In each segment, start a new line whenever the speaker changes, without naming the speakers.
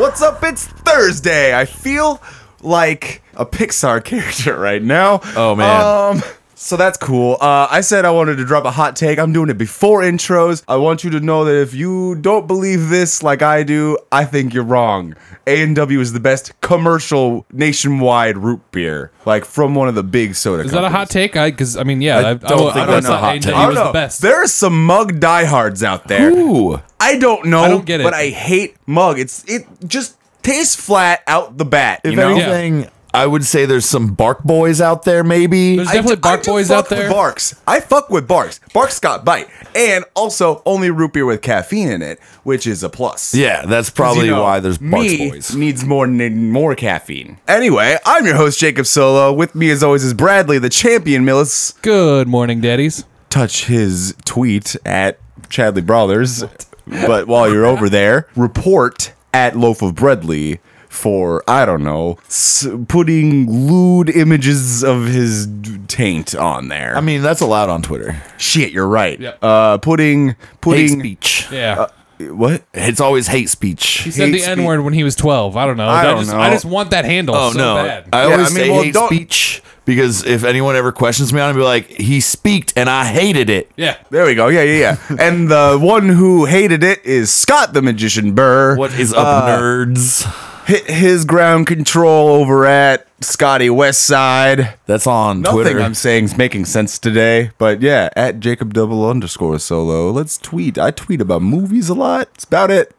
It's Thursday. I feel like a Pixar character right now.
Oh, man.
Um, so that's cool. Uh, I said I wanted to drop a hot take. I'm doing it before intros. I want you to know that if you don't believe this like I do, I think you're wrong. A&W is the best commercial nationwide root beer, like from one of the big soda
Is that a hot take? I because I mean, yeah, I, I,
don't think that's a
thought
hot
A&W
take.
I
was
don't know.
the best.
Oh, There are some mug diehards out there.
Ooh,
I don't know.
I don't get it.
But I hate mug. It's it just tastes flat out the bat.
If
you know?
Yeah.
anything, I would say there's some bark boys out there, maybe.
There's
I
definitely
do- I
bark
do
boys
fuck
out there.
With barks. I fuck with barks. Barks got bite, and also only root beer with caffeine in it, which is a plus.
yeah, that's
'Cause,
probably
you know,
why there's bark
me
boys.
needs more n- more caffeine. Anyway, I'm your host Jacob Solo. With me, as always, is Bradley, the champion. Millis,
Good morning, daddies.
touch his tweet at Chadley Brothers. But while you're over there, report at Loaf of Breadly for I don't know s- putting lewd images of his d- taint on there.
I mean, that's allowed on Twitter.
Shit, you're right.
Yep.
Uh, putting
Hate
putting
speech.
Yeah,
what?
It's always hate speech.
he said
hate
the
speech.
N word when he was twelve. I don't know.
I don't
just,
know.
I just want that handle.
Oh
so
no!
bad.
I
Yeah,
always
I mean,
say
well,
hate
don't-
speech because if anyone ever questions me on it, I'd be like, "He speaked and I hated it."
yeah.
There we go. Yeah, yeah, yeah. and the one who hated it is Scott the Magician Burr.
What is up,
Uh,
nerds?
Hit his ground control over at Scotty Westside.
That's on
Nothing
Twitter.
I'm saying is making sense today, but yeah, at Jacob Double underscore Solo. Let's tweet. I tweet about movies a lot. Spout it.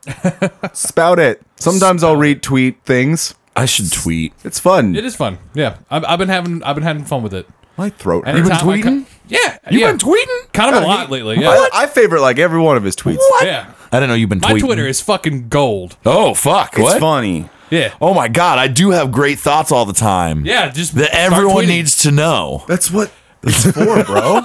Spout it. Sometimes I'll retweet things.
I should tweet.
It's fun.
It is fun. Yeah, I've, I've been having I've been having fun with it.
My throat
Anytime
hurts.
I co- yeah, you've
been tweeting?
kind of a
Yeah,
lot
he-
lately. Yeah,
I, I favorite like every one of his tweets. What?
yeah.
I didn't know you've been
My
tweeting.
Twitter is fucking gold.
Oh fuck!
It's
What?
funny.
Yeah,
Oh my god! I do have great thoughts all the time.
yeah. Just
That
start
everyone
tweeting.
needs to know.
That's what it's for, bro.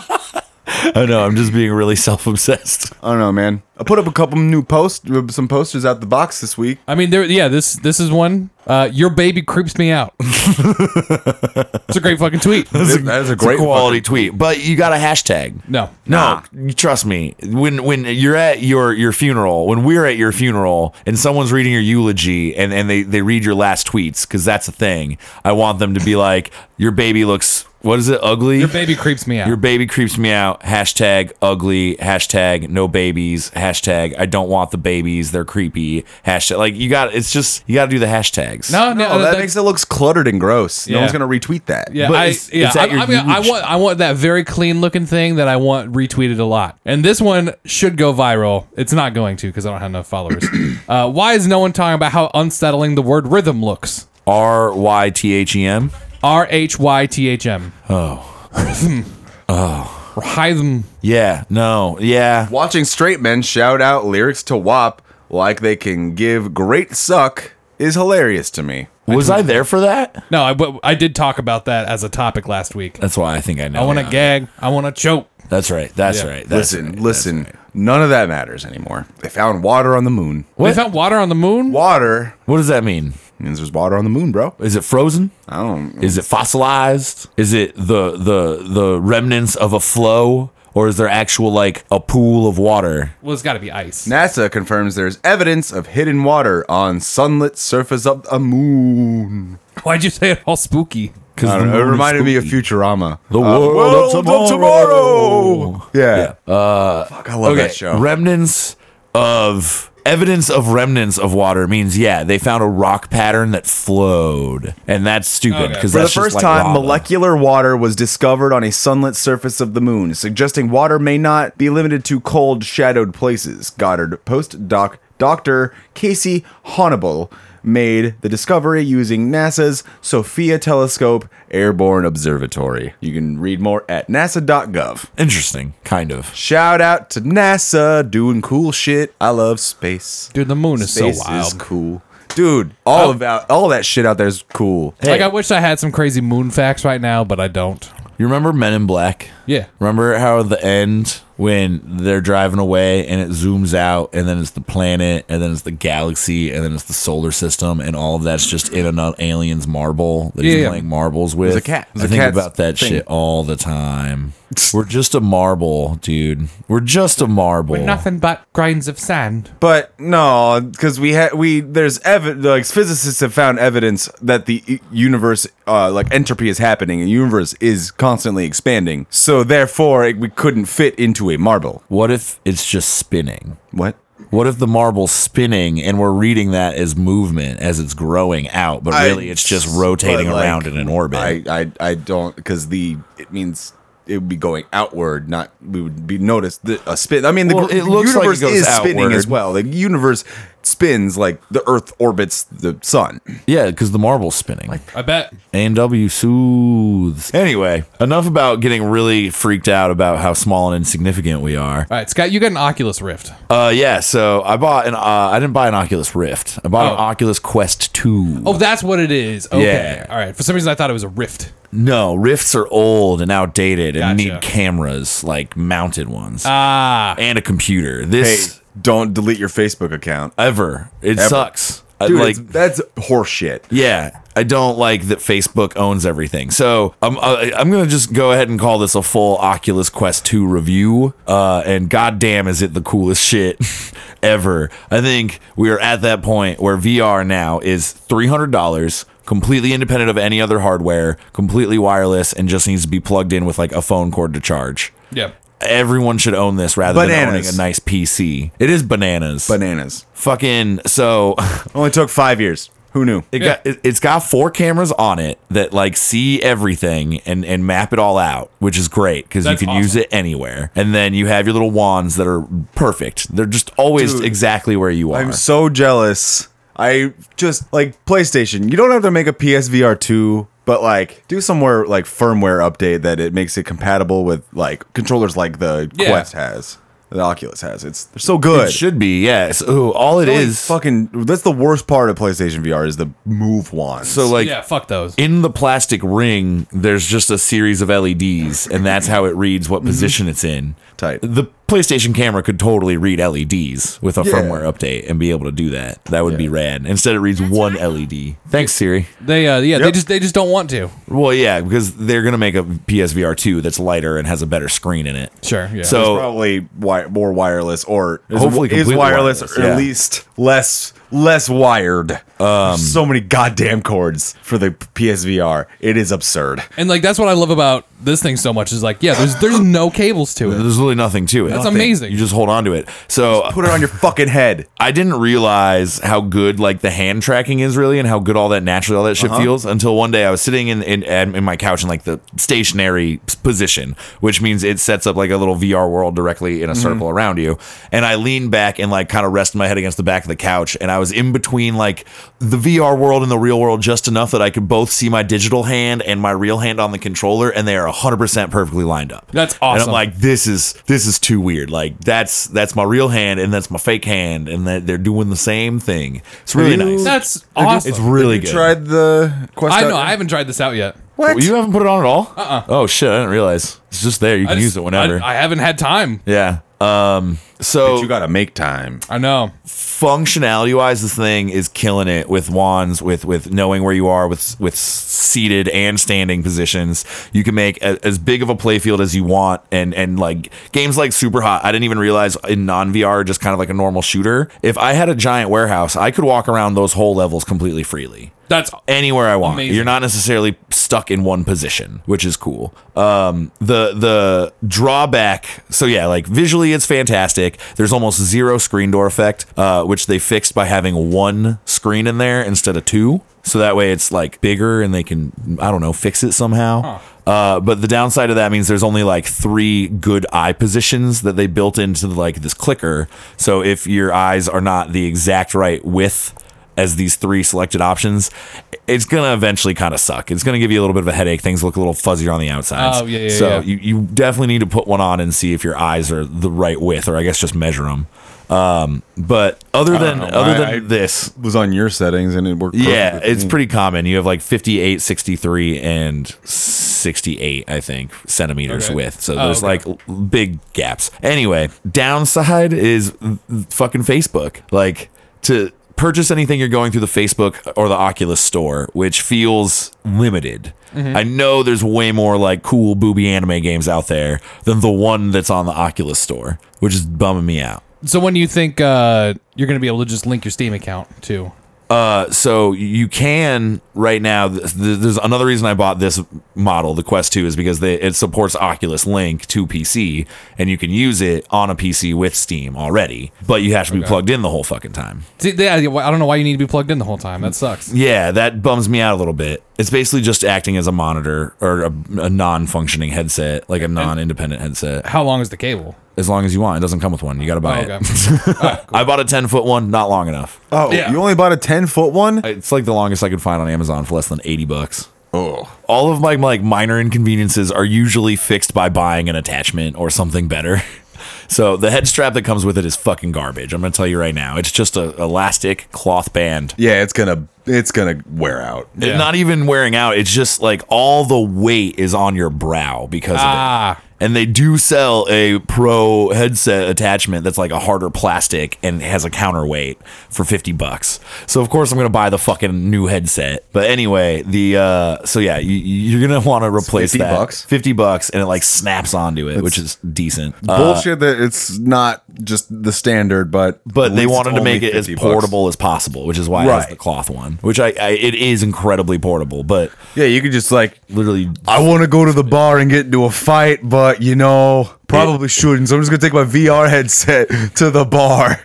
I know. I'm just being really self-obsessed.
I don't know, man. I put up a couple new posts, some posters out the box this week.
I mean, there. Yeah, this this is one. Uh, your baby creeps me out. it's a great fucking tweet.
that is a
It's a quality tweet, but you got a hashtag.
No,
No, you trust me. When when you're at your your funeral, when we're at your funeral, and someone's reading your eulogy, and and they they read your last tweets because that's a thing. I want them to be like, your baby looks. What is it? Ugly.
your baby creeps me out.
Your baby creeps me out. Hashtag ugly. Hashtag no babies. Hashtag I don't want the babies. They're creepy. Hashtag like you got. It's just you got to do the hashtags.
no, no,
No, Oh, that,
that-
makes it looks cluttered and gross. No
Yeah.
one's gonna retweet that.
Yeah,
But
I,
it's-
yeah,
it's
I,
at your
I mean, I
huge-
want I want that very clean looking thing that I want retweeted a lot, and this one should go viral. It's not going to because I don't have enough followers. uh, why is no one talking about how unsettling the word rhythm looks?
R Y T H E M.
R H Y T H M. Oh, rhythm. Oh, rhythm.
Yeah. No. Yeah.
Watching straight men shout out lyrics to WAP like they can give great suck is hilarious to me.
Was I there for that?
No, I but I did talk about that as a topic last week.
That's why I think I know.
I want to
now.
gag. I want to choke.
That's right. That's
Yeah.
right. That's
listen,
right,
listen.
that's right.
None of that matters anymore. They found water on the moon.
What? They found water on the moon.
Water
What does that mean?
means there's water on the moon, bro.
Is it frozen?
I don't.
Is it fossilized? Is it the the the remnants of a flow, or is there actual like a pool of water?
Well, it's got to be ice.
NASA confirms there's evidence of hidden water on sunlit surface of the moon.
Why'd you say it all spooky?
Because
I don't know, it reminded me of Futurama.
The world, of tomorrow.
Yeah.
Uh,
Fuck, I love
okay.
that show.
Remnants of evidence of remnants of water means yeah, they found a rock pattern that flowed, and that's stupid
Okay.
because
For the first time, molecular water was discovered on a sunlit surface of the moon, suggesting water may not be limited to cold, shadowed places. Goddard postdoc Dr. Casey Honable made the discovery using NASA's Sophia Telescope Airborne Observatory. You can read more at nasa.gov.
Interesting, kind of.
Shout out to NASA doing cool shit. I love space.
Dude, the moon is
space
so wild.
is cool. Dude, all about all that shit out there is cool.
Like I wish I had some crazy moon facts right now, but I don't.
You remember Men in Black?
Yeah.
Remember how the end when they're driving away and it zooms out and then it's the planet and then it's the galaxy and then it's the solar system and all of that's just in an alien's marble that he's
Yeah.
playing marbles with.
a cat. It
I
was a
think
cat's
about that
thing.
shit all the time. We're just a marble, dude. We're just a marble.
Nothing but grains of sand.
But no, because we had we there's ev- like physicists have found evidence that the u- universe uh, like entropy is happening. and The universe is constantly expanding, so therefore it, we couldn't fit into a marble.
What if it's just spinning?
What?
What if the marble's spinning and we're reading that as movement as it's growing out, but
I-
really it's just rotating
but, like,
around in an orbit?
I I, I don't because the it means. It would be going outward, not we would be noticed the, a spin. I mean, the,
Well,
gr-
it
the
looks like it
universe
goes
is spinning
outward.
as well. The universe spins like the Earth orbits the sun.
yeah, because the marble's spinning.
I bet.
A&W soothes. Anyway, enough about getting really freaked out about how small and insignificant we are.
All right, Scott, you got an Oculus Rift.
Uh, yeah. So I bought an. Uh, I didn't buy an Oculus Rift. I bought an
Oh.
Oculus Quest Two.
Oh, that's what it is. Okay.
Yeah.
All right. For some reason, I thought it was a Rift.
No, Rifts are old and outdated and
Gotcha.
need cameras, like mounted ones,
Ah.
and a computer.
Hey,
This
don't delete your Facebook account.
ever it sucks. I,
Dude,
Uh, like
it's- that's horseshit.
Yeah, I don't like that Facebook owns everything. So I'm uh, I'm gonna just go ahead and call this a full Oculus Quest 2 review. Uh, and goddamn, is it the coolest shit ever? I think we are at that point where VR now is three hundred dollars. Completely independent of any other hardware, completely wireless, and just needs to be plugged in with like a phone cord to charge.
Yeah.
Everyone should own this rather than owning
Bananas.
a nice PC. It is bananas. But
Bananas.
fucking so
Only took five years. Who knew?
It got it, it's got four cameras on it that like see everything and and map it all out, which is great because you
That's
can use
awesome.
it anywhere. And then you have your little wands that are perfect. They're just always
Dude,
exactly where you are.
I'm so jealous. I just like PlayStation. You don't have to make a PSVR two, but like do somewhere like firmware update that it makes it compatible with like controllers like the
Yeah.
Quest has, the Oculus has. It's they're so good.
it should be yes. Ooh, all it
It's only
is.
fucking. That's the worst part of PlayStation VR is the move wands.
so like
yeah. Fuck those.
in the plastic ring, there's just a series of LEDs, and that's how it reads what position it's in.
Mm-hmm. Tight.
The PlayStation camera could totally read LEDs with a
Yeah.
firmware update and be able to do that. That would be rad. Instead, it reads one LED. Thanks, Siri.
they. Uh, yeah. They
Yep.
just. They just don't want to.
Well, yeah, because they're gonna make a PSVR two that's lighter and has a better screen in it.
Sure. Yeah.
So-
It's probably wi- more wireless, or is,
Hopefully
is
Oh. completely
wireless,
wireless,
or
yeah.
at least less less wired. Um, so many goddamn cords for the PSVR. It is absurd.
and like that's what I love about this thing so much is like yeah. There's there's no cables to it.
There's really nothing to it.
That's amazing.
You just hold on to it. So
Put it on your fucking head.
I didn't realize how good like the hand tracking is really, and how good all that naturally all that
Uh-huh.
shit feels until one day I was sitting in in, in my couch in like the stationary s- position, which means it sets up like a little VR world directly
Mm-hmm.
in a circle around you. And I leaned back and like kind of rested my head against the back of the couch, and I was in between like the VR world and the real world just enough that I could both see my digital hand and my real hand on the controller, and they are 100% perfectly lined up.
That's
And I'm
awesome.
like like this is this is too weird. Like that's that's my real hand and that's my fake hand, and that they're doing the same thing. It's really
Dude.
nice.
That's awesome.
it's really
You
good.
tried the quest.
I know.
out-
I haven't tried this out yet.
What?
You haven't put it on at all? Uh-uh. Oh shit! I didn't realize it's just there. You can
I
use
just-
it whenever.
I, I haven't had time.
yeah. Um.
But
So
you gotta make time.
I know.
functionality wise, this thing is killing it with wands, with with knowing where you are, with with seated and standing positions. You can make a, as big of a playfield as you want, and and like games like Super Hot, I didn't even realize in non VR, just kind of like a normal shooter. If I had a giant warehouse, I could walk around those whole levels completely freely
That's
anywhere I want.
Amazing.
You're not necessarily stuck in one position, which is cool. Um, the the drawback, so yeah, like visually it's fantastic. There's almost zero screen door effect, uh, which they fixed by having one screen in there instead of two. So that way it's like bigger and they can I don't know fix it somehow. Uh, but the downside of that means there's only like three good eye positions that they built into like this clicker. So if your eyes are not the exact right width as these three selected options, it's gonna eventually kind of suck. It's gonna give you a little bit of a headache. Things look a little fuzzier on the outsides.
Oh, yeah, yeah,
So
yeah.
You, you definitely need to put one on and see if your eyes are the right width, or I guess just measure them. Um, but other than
know.
other than
I- I-
this,
Was on your settings and it worked.
yeah,
perfect with
it's
me.
pretty common. You have like 58, 63, and 68, I think, centimeters
Okay.
width. So
Oh,
there's
okay.
like l- big gaps. Anyway, downside is mm, fucking Facebook. Like to purchase anything you're going through the Facebook or the Oculus store, which feels limited.
Mm-hmm.
I know there's way more like cool booby anime games out there than the one that's on the Oculus store, which is bumming me out.
So when do you think uh, you're going to be able to just link your Steam account too?
Uh, so you can right now. Th- th- there's another reason I bought this model, the Quest Two, is because they, it supports Oculus Link to PC, and you can use it on a PC with Steam already. But you have to be plugged in the whole fucking time.
See, yeah, I don't know why you need to be plugged in the whole time. That sucks.
Yeah, that bums me out a little bit. It's basically just acting as a monitor or a, a non-functioning headset, like a non-independent headset.
How long is the cable?
As long as you want, it doesn't come with one. You got to buy
Oh, okay.
it. I bought a ten foot one, not long enough.
Oh,
Yeah.
you only bought a ten foot one?
It's like the longest I could find on Amazon for less than eighty bucks.
Oh,
all of my like minor inconveniences are usually fixed by buying an attachment or something better. So the head strap that comes with it is fucking garbage. I'm gonna tell you right now. It's just a elastic cloth band.
yeah. It's gonna it's gonna wear out.
Yeah.
Not even wearing out. It's just like all the weight is on your brow because of
Ah.
it. And they do sell a pro headset attachment that's like a harder plastic and has a counterweight for 50 bucks. So of course I'm going to buy the fucking new headset. But anyway, the uh so yeah, you, you're going to want to replace
50
that.
bucks?
50 bucks and it like snaps onto it, which is decent. Uh,
Bullshit that it's not just the standard, but
but
at
they
least it's
wanted to
only
make it as
50 bucks.
portable as possible, which is why it has
Right.
the cloth one, which I, I it is incredibly portable, but
Yeah, you could just like
literally
I want to go to the bar and get into a fight, but you know, probably shouldn't. So I'm just gonna take my VR headset to the bar.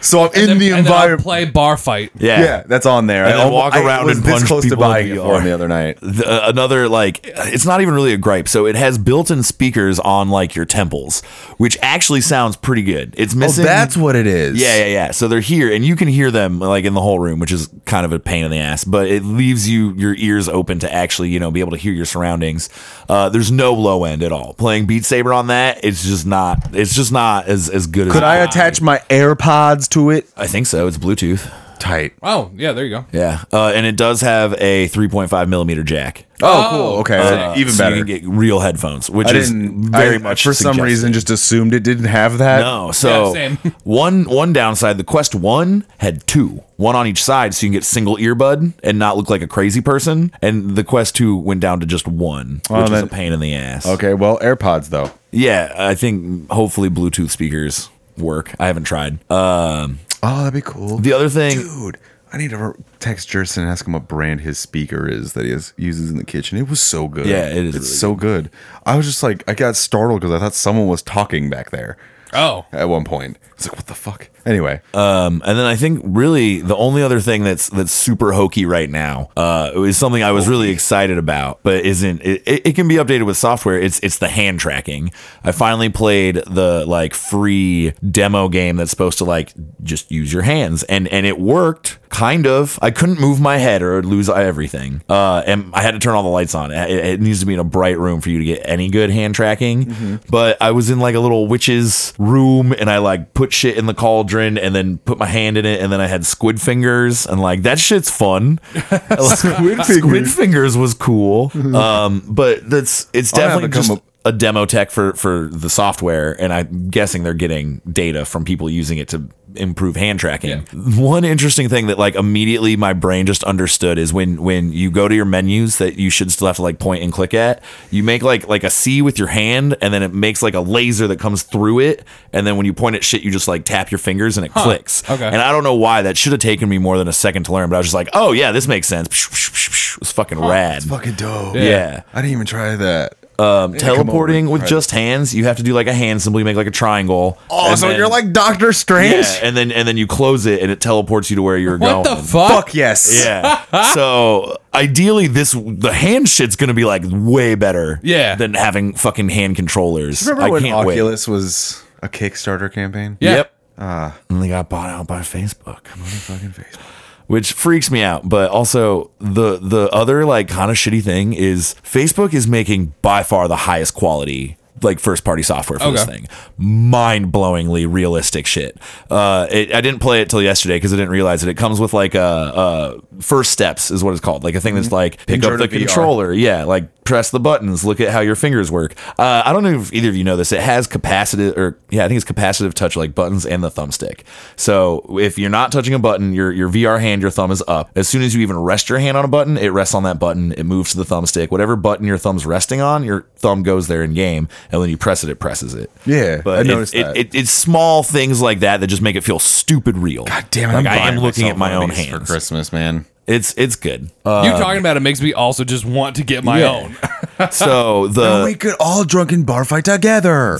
so I'm in the
and then I'll
environment.
play bar fight.
yeah.
Yeah, that's on there.
And then walk around
was
and
this
punch
close to
people in
buying it for
VR.
him the other night.
the, uh, another like it's not even really a gripe so it has built-in speakers on like your temples which actually sounds pretty good it's
Oh,
missing
that's what it is.
yeah yeah yeah so they're here and you can hear them like in the whole room which is kind of a pain in the ass but it leaves you your ears open to actually you know be able to hear your surroundings uh, there's no low end at all playing beat saber on that it's just not it's just not as, as good as
Could I attach my AirPods to it?
i think so it's bluetooth
Tight.
Oh, yeah, there you go.
yeah uh, and it does have a 3.5 millimeter jack
Oh,
Oh,
cool. Okay,
uh,
even
so
better.
you can get real headphones, which
I
is
didn't
very
I,
much
for some
suggested.
reason just assumed it didn't have that.
No, so
same.
one one downside, the Quest One had two, one on each side, so you can get single earbud and not look like a crazy person. And the Quest Two went down to just one, which was
then-
a pain in the ass.
Okay, well, AirPods though.
Yeah, I think hopefully Bluetooth speakers work. I haven't tried. Um,
Oh, that'd be cool.
the other thing,
Dude, I need to re- text Jerson and ask him what brand his speaker is that he has, uses in the kitchen. It was so good.
Yeah, it is
It's
really
so good. I was just like, I got startled because I thought someone was talking back there
Oh,
at one point. It's like, what the fuck? Anyway,
Um, and then I think really the only other thing that's that's super hokey right now uh, is something I was really excited about, but isn't it, it, it can be updated with software. It's it's the hand tracking. I finally played the like free demo game that's supposed to like just use your hands, and and it worked kind of. I couldn't move my head or I'd lose everything, uh, and I had to turn all the lights on. It, it needs to be in a bright room for you to get any good hand tracking.
Mm-hmm.
But I was in like a little witch's room, and I like put shit in the cauldron, and then put my hand in it, and then I had squid fingers, and like that shit's fun. squid, squid fingers was cool, um, but that's it's
I'll Mm-hmm. have
definitely
to come
just
up-
a demo tech for for the software and i'm guessing they're getting data from people using it to improve hand tracking one interesting thing that like immediately my brain just understood is when when you go to your menus that you should still have to like point and click at you make like like a c with your hand and then it makes like a laser that comes through it and then when you point at shit you just like tap your fingers and it clicks
Okay.
and i don't know why that should have taken me more than a second to learn but i was just like oh yeah this makes sense it was fucking rad
fucking dope.
yeah
I didn't even try that. come
um,
over
teleporting
and
with
try
just hands, you have to do like a hand symbol. You make like a triangle.
Oh,
and
so
then-
you're like Doctor Strange?
yeah, and then and then you close it, and it teleports you to where you're
what
going.
the fuck?
Fuck yes.
Yeah. so ideally, this the hand shit's gonna be like way better.
Yeah.
Than having fucking hand controllers.
Remember
I
when
can't wait.
Oculus was a Kickstarter campaign?
Yeah.
Yep. and they got bought out by Facebook.
Fucking Facebook.
which freaks me out. But also the the other like kind of shitty thing is Facebook is making by far the highest quality like first party software for this
Okay.
thing. Mind blowingly realistic shit. Uh, it, I didn't play it till yesterday because I didn't realize it. It comes with like uh, uh, first steps is what it's called, like a thing that's like pick
Intro
up
to
the
VR.
controller, yeah, like press the buttons. Look at how your fingers work. Uh, I don't know if either of you know this. It has capacitive, or yeah, I think it's capacitive touch, like buttons and the thumbstick. So if you're not touching a button, your your VR hand, your thumb is up. As soon as you even rest your hand on a button, it rests on that button. It moves to the thumbstick. Whatever button your thumb's resting on, your thumb goes there in game, and when you press it, it presses it.
Yeah, I
but it-
noticed
it,
that.
it- it's small things like that that just make it feel stupid real. God
damn it,
Like
I'm
I am
Buying
looking
myself
at my
one of
own
these for
hands.
Christmas, man.
It's it's good. Uh,
you talking about it makes me also just want to get my
Yeah.
own.
so the
Oh, we could all drunken bar fight together.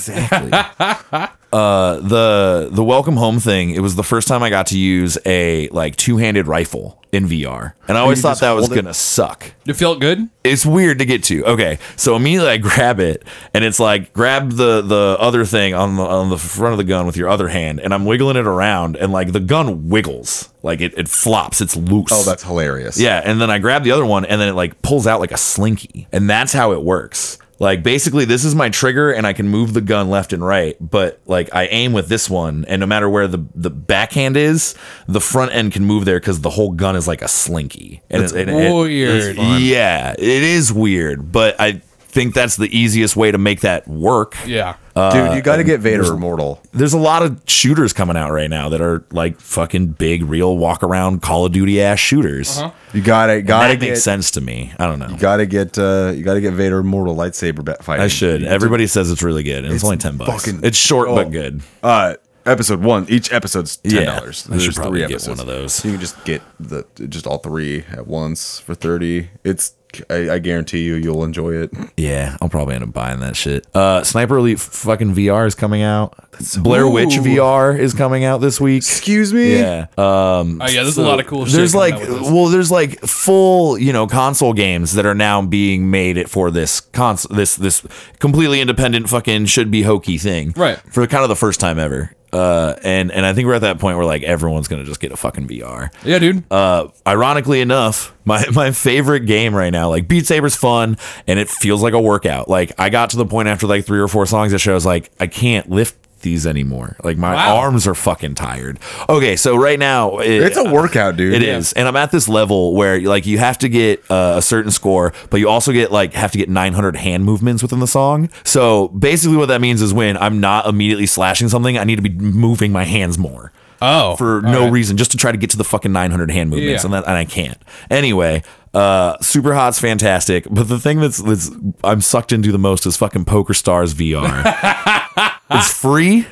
the the welcome home thing it was the first time i got to use a like two-handed rifle in vr and i always
you
thought
just
that was
hold it?
gonna suck
It felt good.
it's weird to get to okay so immediately i grab it and it's like grab the the other thing on the on the front of the gun with your other hand and i'm wiggling it around and like the gun wiggles like it, it flops it's loose
Oh, that's hilarious.
yeah, and then I grab the other one, and then it like pulls out like a slinky, and that's how it works. Like basically, this is my trigger, and I can move the gun left and right. But like I aim with this one, and no matter where the the backhand is, the front end can move there because the whole gun is like a slinky. And it's
weird.
yeah, it is weird, but I think that's the easiest way to make that work.
Yeah.
Um,
Oh,
Uh,
Dude, you got to get Vader Immortal.
There's a lot of shooters coming out right now that are like fucking big, real walk around Call of Duty ass shooters.
You got to got to
That
get
makes sense to me. I don't know.
got to get uh you got to get Vader Immortal lightsaber ba- fighting.
I should. Everybody says it's really good, and it's, only ten bucks.
fucking-
It's short
Oh.
but good.
Uh episode 1, each episode's $10.
Yeah, I
There's
should probably get one of those.
You can just get the just all three at once for 30. It's I, I guarantee you you'll enjoy it.
Yeah, I'll probably end up buying that shit. Uh, Sniper Elite fucking VR is coming out. Blair Witch VR is coming out this week.
Excuse me?
Yeah. Um,
Oh yeah, there's a lot of cool. shit
there's
coming
like
out with this.
well, there's like full you know console games that are now being made it for this console this this completely independent fucking should be hokey thing
Right.
for kind of the first time ever. Uh, and and I think we're at that point where like everyone's gonna just get a fucking VR.
yeah, dude.
Uh, ironically enough, my, my favorite game right now, like Beat Saber's fun and it feels like a workout. Like I got to the point after like three or four songs that shows like I can't lift these anymore. Like my
Wow.
arms are fucking tired. Okay, so right now it-
It's a workout, dude.
It is, and I'm at this level where like you have to get uh, a certain score, but you also get like have to get 900 hand movements within the song. So basically, what that means is when I'm not immediately slashing something, I need to be moving my hands more
oh,
for
all
no
right.
reason, just to try to get to the fucking 900 hand movements,
Yeah.
and that and I can't. Anyway, uh, super hot's fantastic, but the thing that's that's I'm sucked into the most is fucking Poker Stars VR. it's free.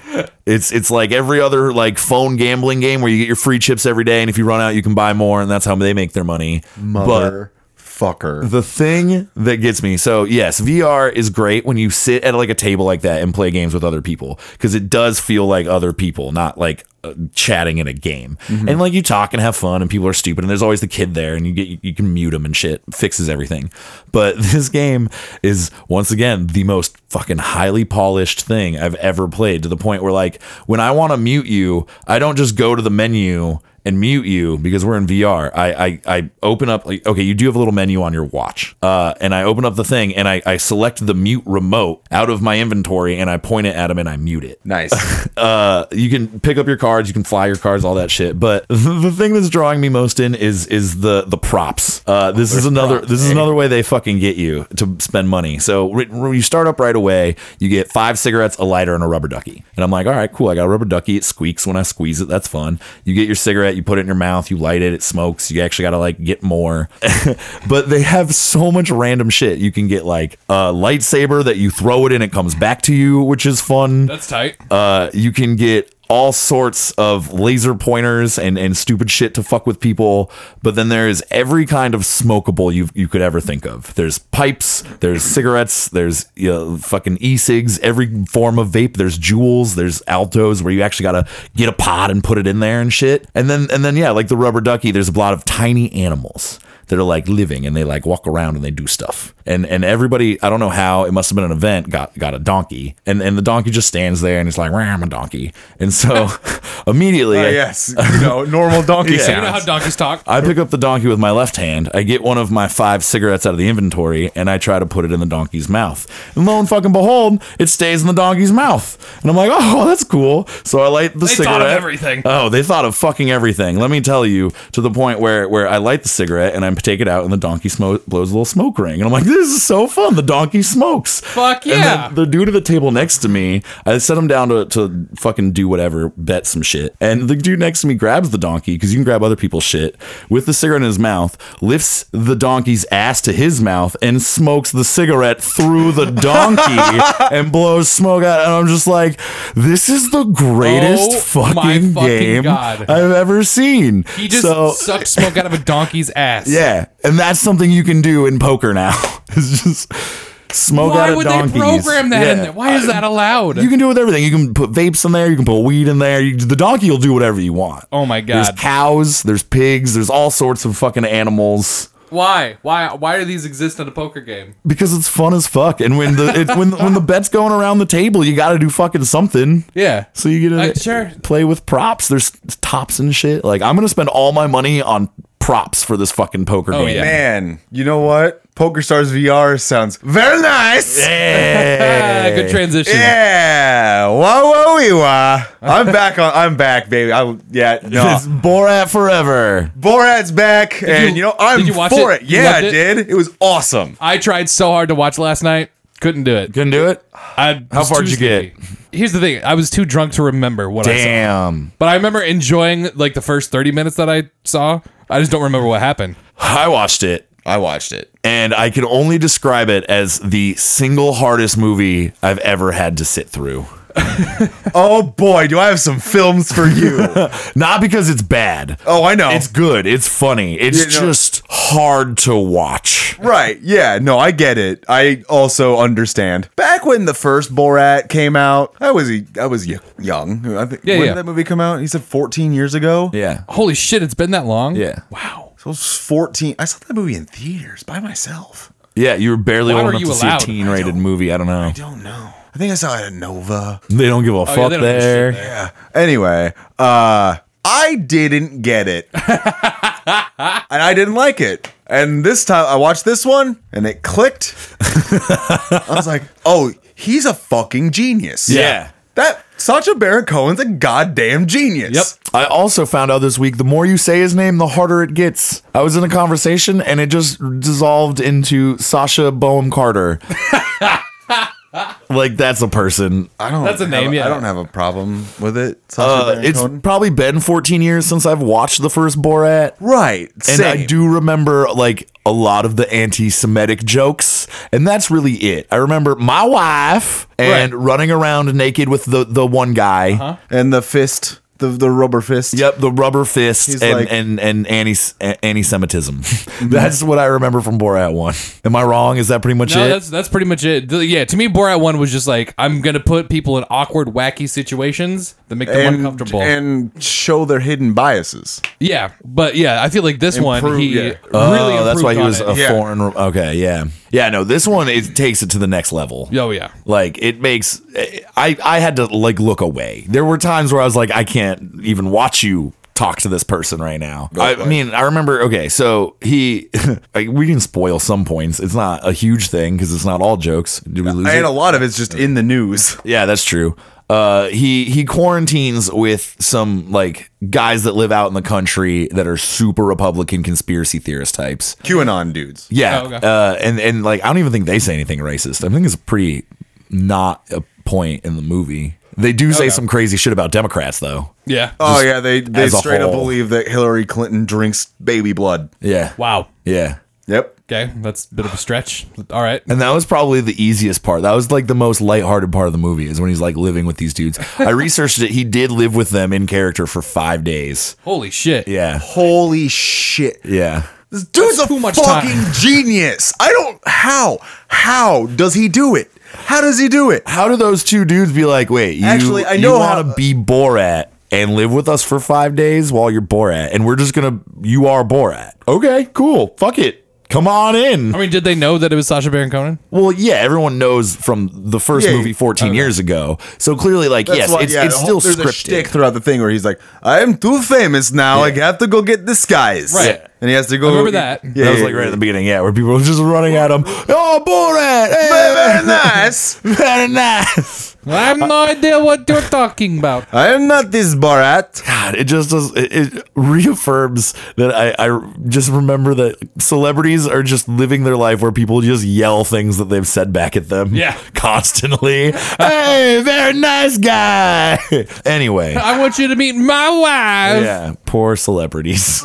It's it's like every other like phone gambling game where you get your free chips every day, and if you run out, you can buy more, and that's how they make their money. But
Motherfucker.
the thing that gets me so yes vr is great when you sit at like a table like that and play games with other people because it does feel like other people not like uh, chatting in a game and like you talk and have fun and people are stupid and there's always the kid there and you get you, can mute them and shit fixes everything but this game is once again the most fucking highly polished thing i've ever played to the point where like when i want to mute you i don't just go to the menu and mute you because we're in VR. I I, I open up like okay, you do have a little menu on your watch, uh, and I open up the thing and I, I select the mute remote out of my inventory and I point it at him and I mute it.
Nice. Ah,
Uh, you can pick up your cards, you can fly your cards, all that shit. But the thing that's drawing me most in is is the the props. Uh, this is another this is another way they fucking get you to spend money. So re- when you start up right away, you get five cigarettes, a lighter, and a rubber ducky. And I'm like, all right, cool. I got a rubber ducky. It squeaks when I squeeze it. That's fun. You get your cigarette, you put it in your mouth, you light it, it smokes. You actually got to like get more. but they have so much random shit. You can get like a lightsaber that you throw it in, it comes back to you, which is fun.
that's tight.
Uh, you can get all sorts of laser pointers and, and stupid shit to fuck with people. But then there is every kind of smokable you you could ever think of. There's pipes, there's cigarettes, there's you know, fucking e-cigs, every form of vape. There's jewels, there's altos where you actually gotta get a pod and put it in there and shit. And then and then yeah, like the rubber ducky. There's a lot of tiny animals that are like living and they like walk around and they do stuff. And and everybody, I don't know how, it must have been an event, got got a donkey. And and the donkey just stands there and it's like, "Rah, I'm a donkey. And so immediately
Oh,
yes. You know, normal donkey
Yeah. Uh,
So you know how donkeys talk.
I pick up the donkey with my left hand. I get one of my five cigarettes out of the inventory and I try to put it in the donkey's mouth. And lo and fucking behold, it stays in the donkey's mouth. And I'm like, oh, that's cool. So I light the
They
cigarette.
thought of everything.
Oh, they thought of fucking everything. Let me tell you, to the point where where I light the cigarette and I'm take it out, and the donkey smoke blows a little smoke ring. And I'm like, this is so fun. The donkey smokes.
Fuck
And
yeah.
then the dude at the table next to me, I set him down to, to fucking do whatever, bet some shit. And the dude next to me grabs the donkey, because you can grab other people's shit, with the cigarette in his mouth, lifts the donkey's ass to his mouth, and smokes the cigarette through the donkey and blows smoke out. And I'm just like, this is the greatest
Oh my
fucking,
fucking
game
God.
I've ever seen.
He just
So-
sucked smoke out of a donkey's ass.
yeah, and that's something you can do in poker now. it's just smoke out
Why
of
would
donkeys.
they program that in
Yeah.
there? Why is that allowed?
You can do it with everything. You can put vapes in there. You can put weed in there. You, the donkey will do whatever you want.
oh my
There's
god.
cows. There's pigs. There's all sorts of fucking animals
Why? Why why do these exist in a poker game?
because it's fun as fuck. And when the it, when when the bet's going around the table, you got to do fucking something.
Yeah.
So you get to
Uh, sure.
play with props. There's tops and shit. Like I'm gonna spend all my money on props for this fucking poker
Oh,
game.
yeah.
Man, you know what? PokerStars VR sounds very nice. Yeah,
Ah, good transition.
wah wah wee wah. I'm back on. I'm back, baby. I yeah. No,
It's Borat forever.
Borat's back, and you know I'm
did you watch
for
it?
it.
You
Yeah,
loved
I
it?
did. It was awesome.
I tried so hard to watch last night. Couldn't do it.
Couldn't do it.
I
How
was
far
too
did you get?
sleepy. Here's the thing. I was too drunk to remember what I saw.
Damn.
But I remember enjoying like the first 30 minutes that I saw. I just don't remember what happened.
I watched it.
I watched it.
and I can only describe it as the single hardest movie I've ever had to sit through.
Oh boy, do I have some films for you.
Not because it's bad.
Oh, I know.
It's good. It's funny. It's
You know-
just hard to watch.
Right. Yeah. No, I get it. I also understand. Back when the first Borat came out, I was a- I was y- young. I think,
Yeah,
when
yeah.
did that movie come out? He said 14 years ago.
Yeah.
Holy shit, it's been that long?
Yeah.
Wow.
So I was 14. I saw that movie in theaters by myself.
Yeah, you were barely
Why
old
were
enough
you
to see a
allowed?
teen rated movie. I don't know.
Don't know. I think I saw it at Nova.
They don't give a
Oh, yeah,
fuck
they don't give a
there.
shit there.
Yeah. Anyway, uh, I didn't get it, and I didn't like it. And this time I watched this one, and it clicked. I was like, "Oh, he's a fucking genius."
Yeah.
That Sacha Baron Cohen's a goddamn genius.
Yep.
I also found out this week the more you say his name, the harder it gets. I was in a conversation and it just dissolved into Sasha Boehm Carter. like, that's a person.
I don't.
That's a
have
name, yeah.
I don't have a problem with it. Sacha
Uh,
Baron
it's
Cohen.
probably been 14 years since I've watched the first Borat.
right.
And I do remember like a lot of the anti-Semitic jokes, and that's really it. I remember my wife and running around naked with the the one guy.
Uh-huh.
And the fist, the the rubber fist.
Yep, the rubber fist
He's
and,
like- Mhm.
and and anti anti-Semitism. that's what I remember from Borat one. Am I wrong? Is that pretty much
No,
it?
that's that's pretty much it. The- yeah, to me, Borat one was just like I'm gonna put people in awkward, wacky situations that make them
And,
uncomfortable.
and show their hidden biases.
yeah, but yeah, I feel like this one
Improve-
he
yeah.
really
oh, that's why he was a
It.
Yeah.
foreign. Okay, yeah, yeah. No, this one it takes it to the next level.
oh yeah,
like it makes i i had to like look away there were times where i was like i can't even watch you talk to this person right now I,
for it.
mean i remember okay so he like, we can spoil some points it's not a huge thing because it's not all jokes did we lose
And
it?
a lot of it's just in the news.
yeah that's true uh, he he quarantines with some like guys that live out in the country that are super Republican conspiracy theorist types.
QAnon dudes.
Yeah.
Oh, okay.
uh, and and like I don't even think they say anything racist. I think it's pretty not a point in the movie. They do say some crazy shit about Democrats though.
yeah.
Oh yeah, they they
as a
straight up
whole.
believe that Hillary Clinton drinks baby blood.
Yeah.
wow.
Yeah.
Yep.
Okay, that's a bit of a stretch. All right.
And that was probably the easiest part. That was like the most lighthearted part of the movie is when he's like living with these dudes. I researched it. He did live with them in character for five days.
Holy shit.
Yeah.
Holy shit.
Yeah.
This dude's a
too much
fucking
time.
genius. I don't how how does he do it? How does he do it?
How do those two dudes be like, wait, you,
Actually, I know
you want
how-
to be Borat and live with us for five days while you're Borat, and we're just gonna, you are Borat. Okay, cool. Fuck it. Come on in.
I mean, did they know that it was Sasha Baron Cohen?
Well, yeah, everyone knows from the first
Yeah,
movie 14 years ago. So clearly, like, yes,
why-
it's,
yeah,
it's
the
still
whole- there's a shtick
scripted.
throughout the thing where he's like, "I am too famous now. I have to go get disguised."
Right.
Yeah. And he has to go.
remember that.
Yeah,
that was like right at the beginning, yeah, where people were just running at him. Oh, Borat! Hey,
Very nice.
very nice.
I have no idea what you're talking about.
I am not this Barat.
God, it just does. It, it reaffirms that I, I just remember that celebrities are just living their life where people just yell things that they've said back at them.
Yeah.
constantly. hey, very nice guy. anyway,
I want you to meet my wife.
yeah, poor celebrities.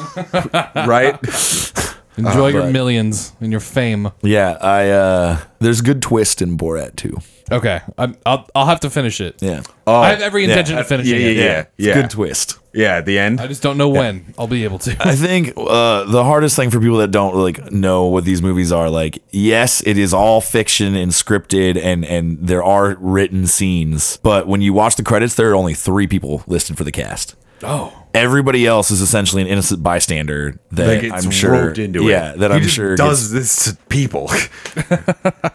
Right?
Enjoy your
Uh-huh.
but-
millions and your fame.
yeah, I. uh There's good twist in Borat too.
Okay, I'm, I'll I'll have to finish it.
Yeah,
Oh,
I have every intention of finishing
yeah,
it.
yeah, yeah.
It's a good twist.
Yeah, at the end.
I just don't know when I'll be able to.
I think uh, the hardest thing for people that don't like know what these movies are like. Yes, it is all fiction and scripted, and and there are written scenes. But when you watch the credits, there are only three people listed for the cast.
Oh,
Everybody else is essentially an innocent bystander
Like
that
it's
I'm sure,
roped into it.
yeah, that
He
I'm
just
sure
does this to people,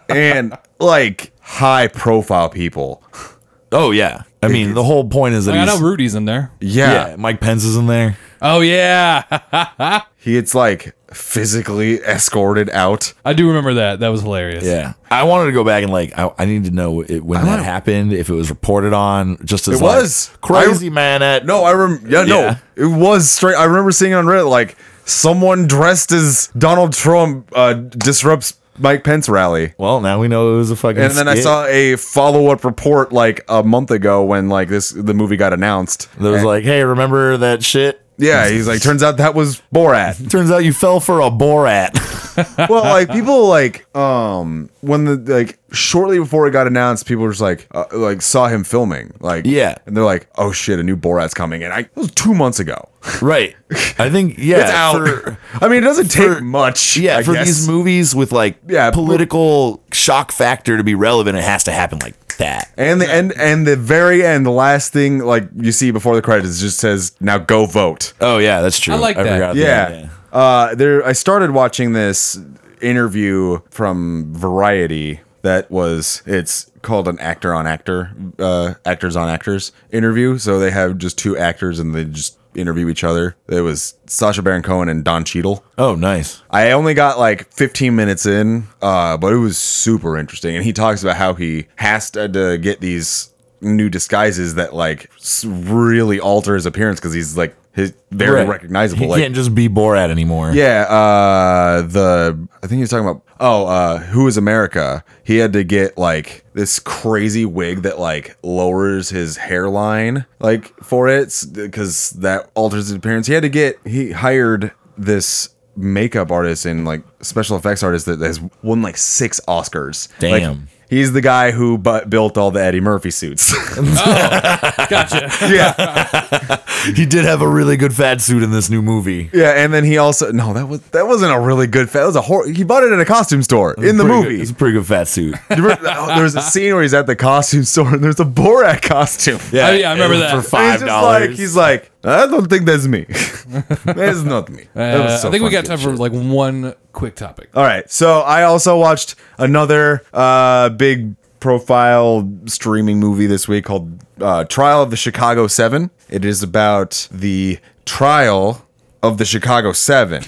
and like high profile people.
gets- oh yeah, I mean the whole point is that
I know
he's,
Rudy's in there.
Yeah,
yeah. Mike Pence is in there.
Oh yeah,
he gets like physically escorted out.
I do remember that. That was hilarious.
Yeah, I wanted to go back and like I, I need to know it, when that
know.
happened, if it was reported on, just as
It
like,
was.
crazy
I-
man at
No, I remember. Yeah, no,
Yeah.
it was straight. I remember seeing it on Reddit like someone dressed as Donald Trump uh, disrupts Mike Pence rally.
Well, now we know it was a fucking.
And then I
skit.
saw a follow up report like a month ago when like this the movie got announced.
that was like, "Hey, remember that shit?"
Yeah, he's like, turns out that was Borat.
Turns out you fell for a Borat.
well, like people like um when the like shortly before it got announced, people were just like uh, like saw him filming like
Yeah.
and they're like oh shit, a new Borat's coming, and I it was two months ago.
right. I think yeah.
it's out.
for-
I mean, it doesn't take
for-
much.
yeah,
I
for
guess.
these movies with like
Yeah, but-
political shock factor to be relevant, it has to happen like that.
And the end and the very end, the last thing like you see before the credits just says now go vote.
Oh yeah, that's true.
I like that.
forgot
Yeah.
yeah.
Uh, there, I started watching this interview from Variety that was it's called an actor on actor, uh, actors on actors interview. So they have just two actors and they just interview each other. It was Sasha Baron Cohen and Don Cheadle.
Oh, nice.
I only got like 15 minutes in, uh, but it was super interesting. And he talks about how he has to, to get these new disguises that like s- really alter his appearance because he's like his very
Right.
recognizable.
He
like
can't just be Borat anymore.
yeah, uh the I think he was talking about oh, uh Who is America? He had to get like this crazy wig that like lowers his hairline like for it cuz that alters his appearance. He had to get he hired this makeup artist and like special effects artist that has won like 6 Oscars. Like,
Damn.
He's the guy who but built all the Eddie Murphy suits.
Gotcha.
yeah,
he did have a really good fat suit in this new movie.
yeah, and then he also no, that was that wasn't a really good. Fa- that was a hor- he bought it at a costume store in the
Pretty good-
movie.
it's a pretty good fat suit.
You remember- oh, there's a scene where he's at the costume store and there's a Borat costume.
Oh, yeah, I remember
and
that.
for
And
It's
five
he's just like
dollars.
he's like, I don't think that's me. that's not me. That
Uh,
was so
I think
funny.
we got time for like one quick topic.
All right, so I also watched another uh, big profile streaming movie this week called uh, Trial of the Chicago Seven. It is about the trial of the Chicago Seven.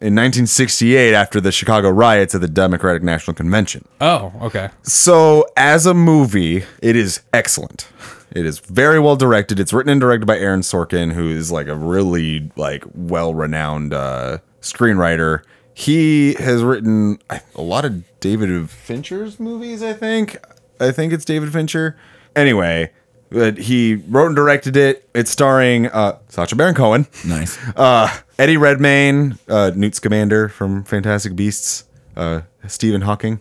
In 1968, after the Chicago riots at the Democratic National Convention.
Oh, okay.
So, as a movie, it is excellent. It is very well directed. It's written and directed by Aaron Sorkin, who is like a really like well-renowned uh, screenwriter. He has written a lot of David Fincher's movies. I think. I think it's David Fincher. Anyway, but he wrote and directed it. It's starring uh, Sacha Baron Cohen,
nice.
uh, Eddie Redmayne, uh, Newt Scamander from Fantastic Beasts, uh, Stephen Hawking.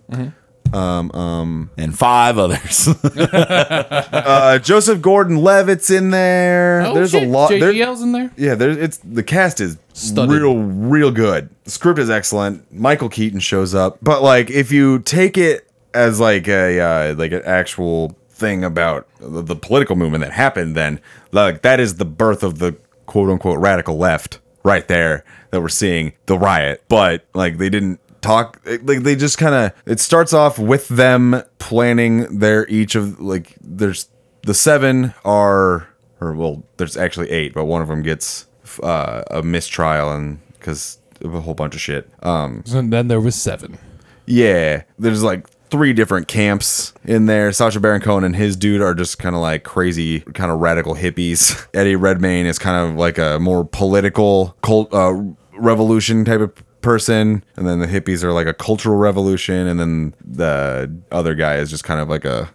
And five others.
Uh, Joseph Gordon-Levitt's in there.
Oh,
there's
shit.
a lot. there-
JGL's in there.
yeah, there's it's the cast is
Studded.
real, real good. The script is excellent. Michael Keaton shows up, but like if you take it as like a uh, like an actual thing about the, the political movement that happened, then like that is the birth of the quote unquote radical left right there that we're seeing the riot. But like they didn't talk like they just kind of it starts off with them planning their each of like there's the seven are or well there's actually eight but one of them gets uh, a mistrial and because a whole bunch of shit um
And then there was seven.
yeah there's like three different camps in there. Sasha Baron Cohen and his dude are just kind of like crazy, kind of radical hippies. Eddie Redmayne is kind of like a more political cult uh, revolution type of person and then the hippies are like a cultural revolution and then the other guy is just kind of like a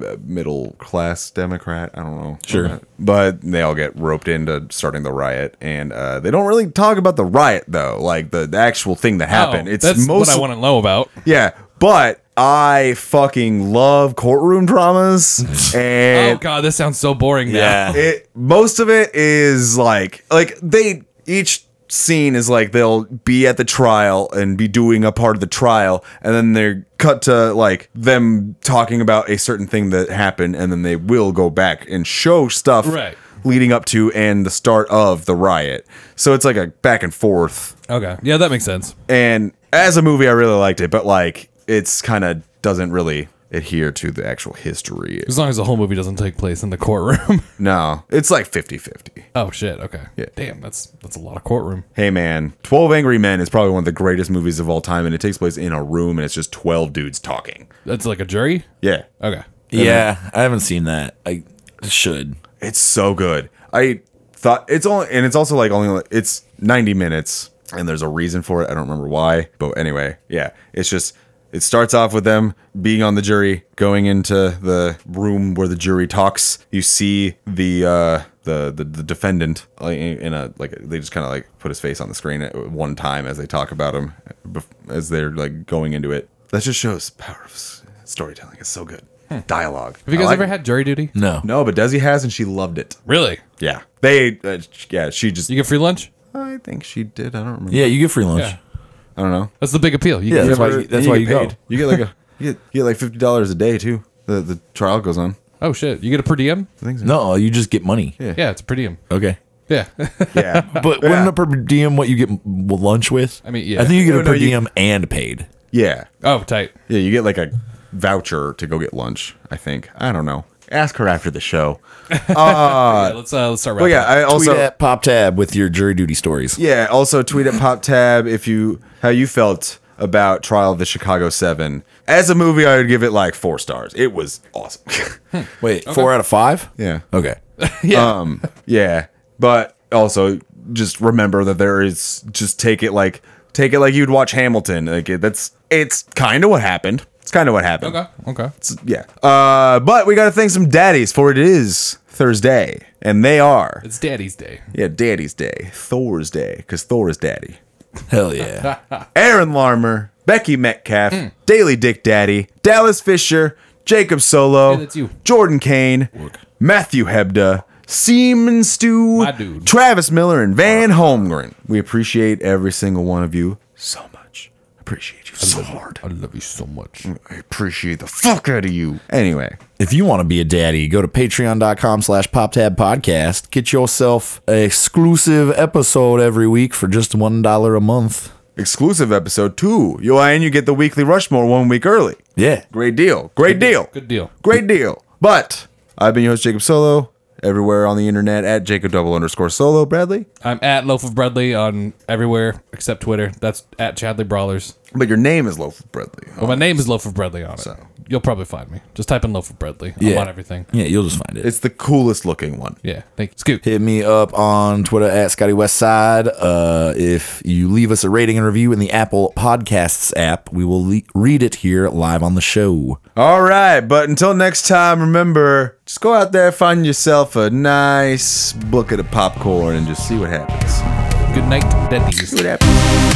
uh, middle class Democrat. I don't know.
Sure.
But they all get roped into starting the riot, and uh, they don't really talk about the riot though, like the, the actual thing that happened.
Oh,
it's
that's
most
what I want to know about.
yeah, but. I fucking love courtroom dramas,
Oh
and
god, this sounds so boring. Now.
Yeah.
it most of it is like like they each scene is like they'll be at the trial and be doing a part of the trial and then they're cut to like them talking about a certain thing that happened and then they will go back and show stuff
Right.
leading up to and the start of the riot so it's like a back and forth
Okay. Yeah, that makes sense.
and as a movie i really liked it but like it's kind of doesn't really adhere to the actual history
As long as the whole movie doesn't take place in the courtroom.
no it's like 50-50
oh shit. Okay. Damn, that's that's a lot of courtroom.
Hey man, 12 Angry Men is probably one of the greatest movies of all time and it takes place in a room and it's just 12 dudes talking.
That's like a jury.
Yeah.
Okay.
Yeah, I haven't seen that. I should.
It's so good. I thought it's only and it's also like only like- it's 90 minutes and there's a reason for it. I don't remember why, but anyway, yeah. It's just it starts off with them being on the jury, going into the room where the jury talks. You see the uh the, the, the defendant like, in a like they just kind of like put his face on the screen at one time as they talk about him bef- as they're like going into it that just shows power of s- storytelling it's so good dialogue
Hmm. Have you guys ever had jury duty?
No.
no but desi has and she loved it
Really?
yeah. They, uh, sh- yeah, she just,
You get free lunch?
I think she did. I don't remember.
Yeah, you get free lunch.
Yeah.
I don't know.
That's the big appeal. You
Yeah,
get
that's why
but-
you- that's
and
why
get
you go.
paid. You get like a, you get, you get like $50 a day too. The, the trial goes on.
Oh shit! You get a per diem?
No, you just get money.
Yeah, it's a per diem.
Okay.
Yeah.
Yeah.
But
Yeah.
wouldn't a per diem what you get m- lunch with?
I mean, yeah.
I think you get
No,
a
no,
per
you-
diem and paid.
yeah.
oh, tight.
Yeah. You get like a voucher to go get lunch, I think. I don't know. Ask her after the show.
Yeah, let's uh, let's start.
But
Wrapping
yeah,
up.
I also,
Tweet at Pop Tab with your jury duty stories.
yeah, also tweet at Pop Tab if you, how you felt about Trial of the Chicago 7. As a movie, I would give it like four stars. It was awesome.
Wait, four out of five?
yeah.
Okay.
Um, yeah, but also just remember that there is just take it like take it like you'd watch Hamilton. Like it- that's it's kind of what happened. It's kind of what happened.
Okay. Okay.
It's- yeah. Uh, but we gotta thank some daddies for it is Thursday, and they are
It's Daddy's Day.
yeah Daddy's Day, Thor's Day, because Thor is daddy.
Hell yeah.
Aaron Larmer, Becky Metcalf,
Hmm.
Daily Dick Daddy, Dallas Fisher, Jacob Solo,
Hey, that's you.
Jordan Kane, Matthew Hebda, Seaman Stew,
My dude.
Travis Miller, and Van Holmgren. We appreciate every single one of you so much. Appreciate you so hard.
I love you so much.
I appreciate the fuck out of you. Anyway,
if you want to be a daddy, go to patreon.com slash pop tab podcast. Get yourself an exclusive episode every week for just one dollar a month.
exclusive episode two. You and you get the weekly Rushmore one week early.
Yeah.
Great deal. Great deal.
Good deal.
Great deal. But I've been your host, Jacob Solo. Everywhere on the internet at Jacob double underscore solo. Bradley.
I'm at Loaf of Bradley on everywhere except Twitter. That's at Chadley Brawlers.
But your name is Loaf of Bradley.
But my name is Loaf of Bradley on it. You'll probably find me. Just type in Loaf of Bradley. I'm
Yeah.
on everything.
Yeah, you'll just find it.
It's the coolest looking one.
Yeah. Thank you. Scoot.
Hit me up on Twitter at Scotty Westside. Uh, if you leave us a rating and review in the Apple Podcasts app, we will le- read it here live on the show.
All right, but until next time, remember just go out there, find yourself a nice bucket of popcorn, and just see what happens.
Good night, Daddies.
See what happens.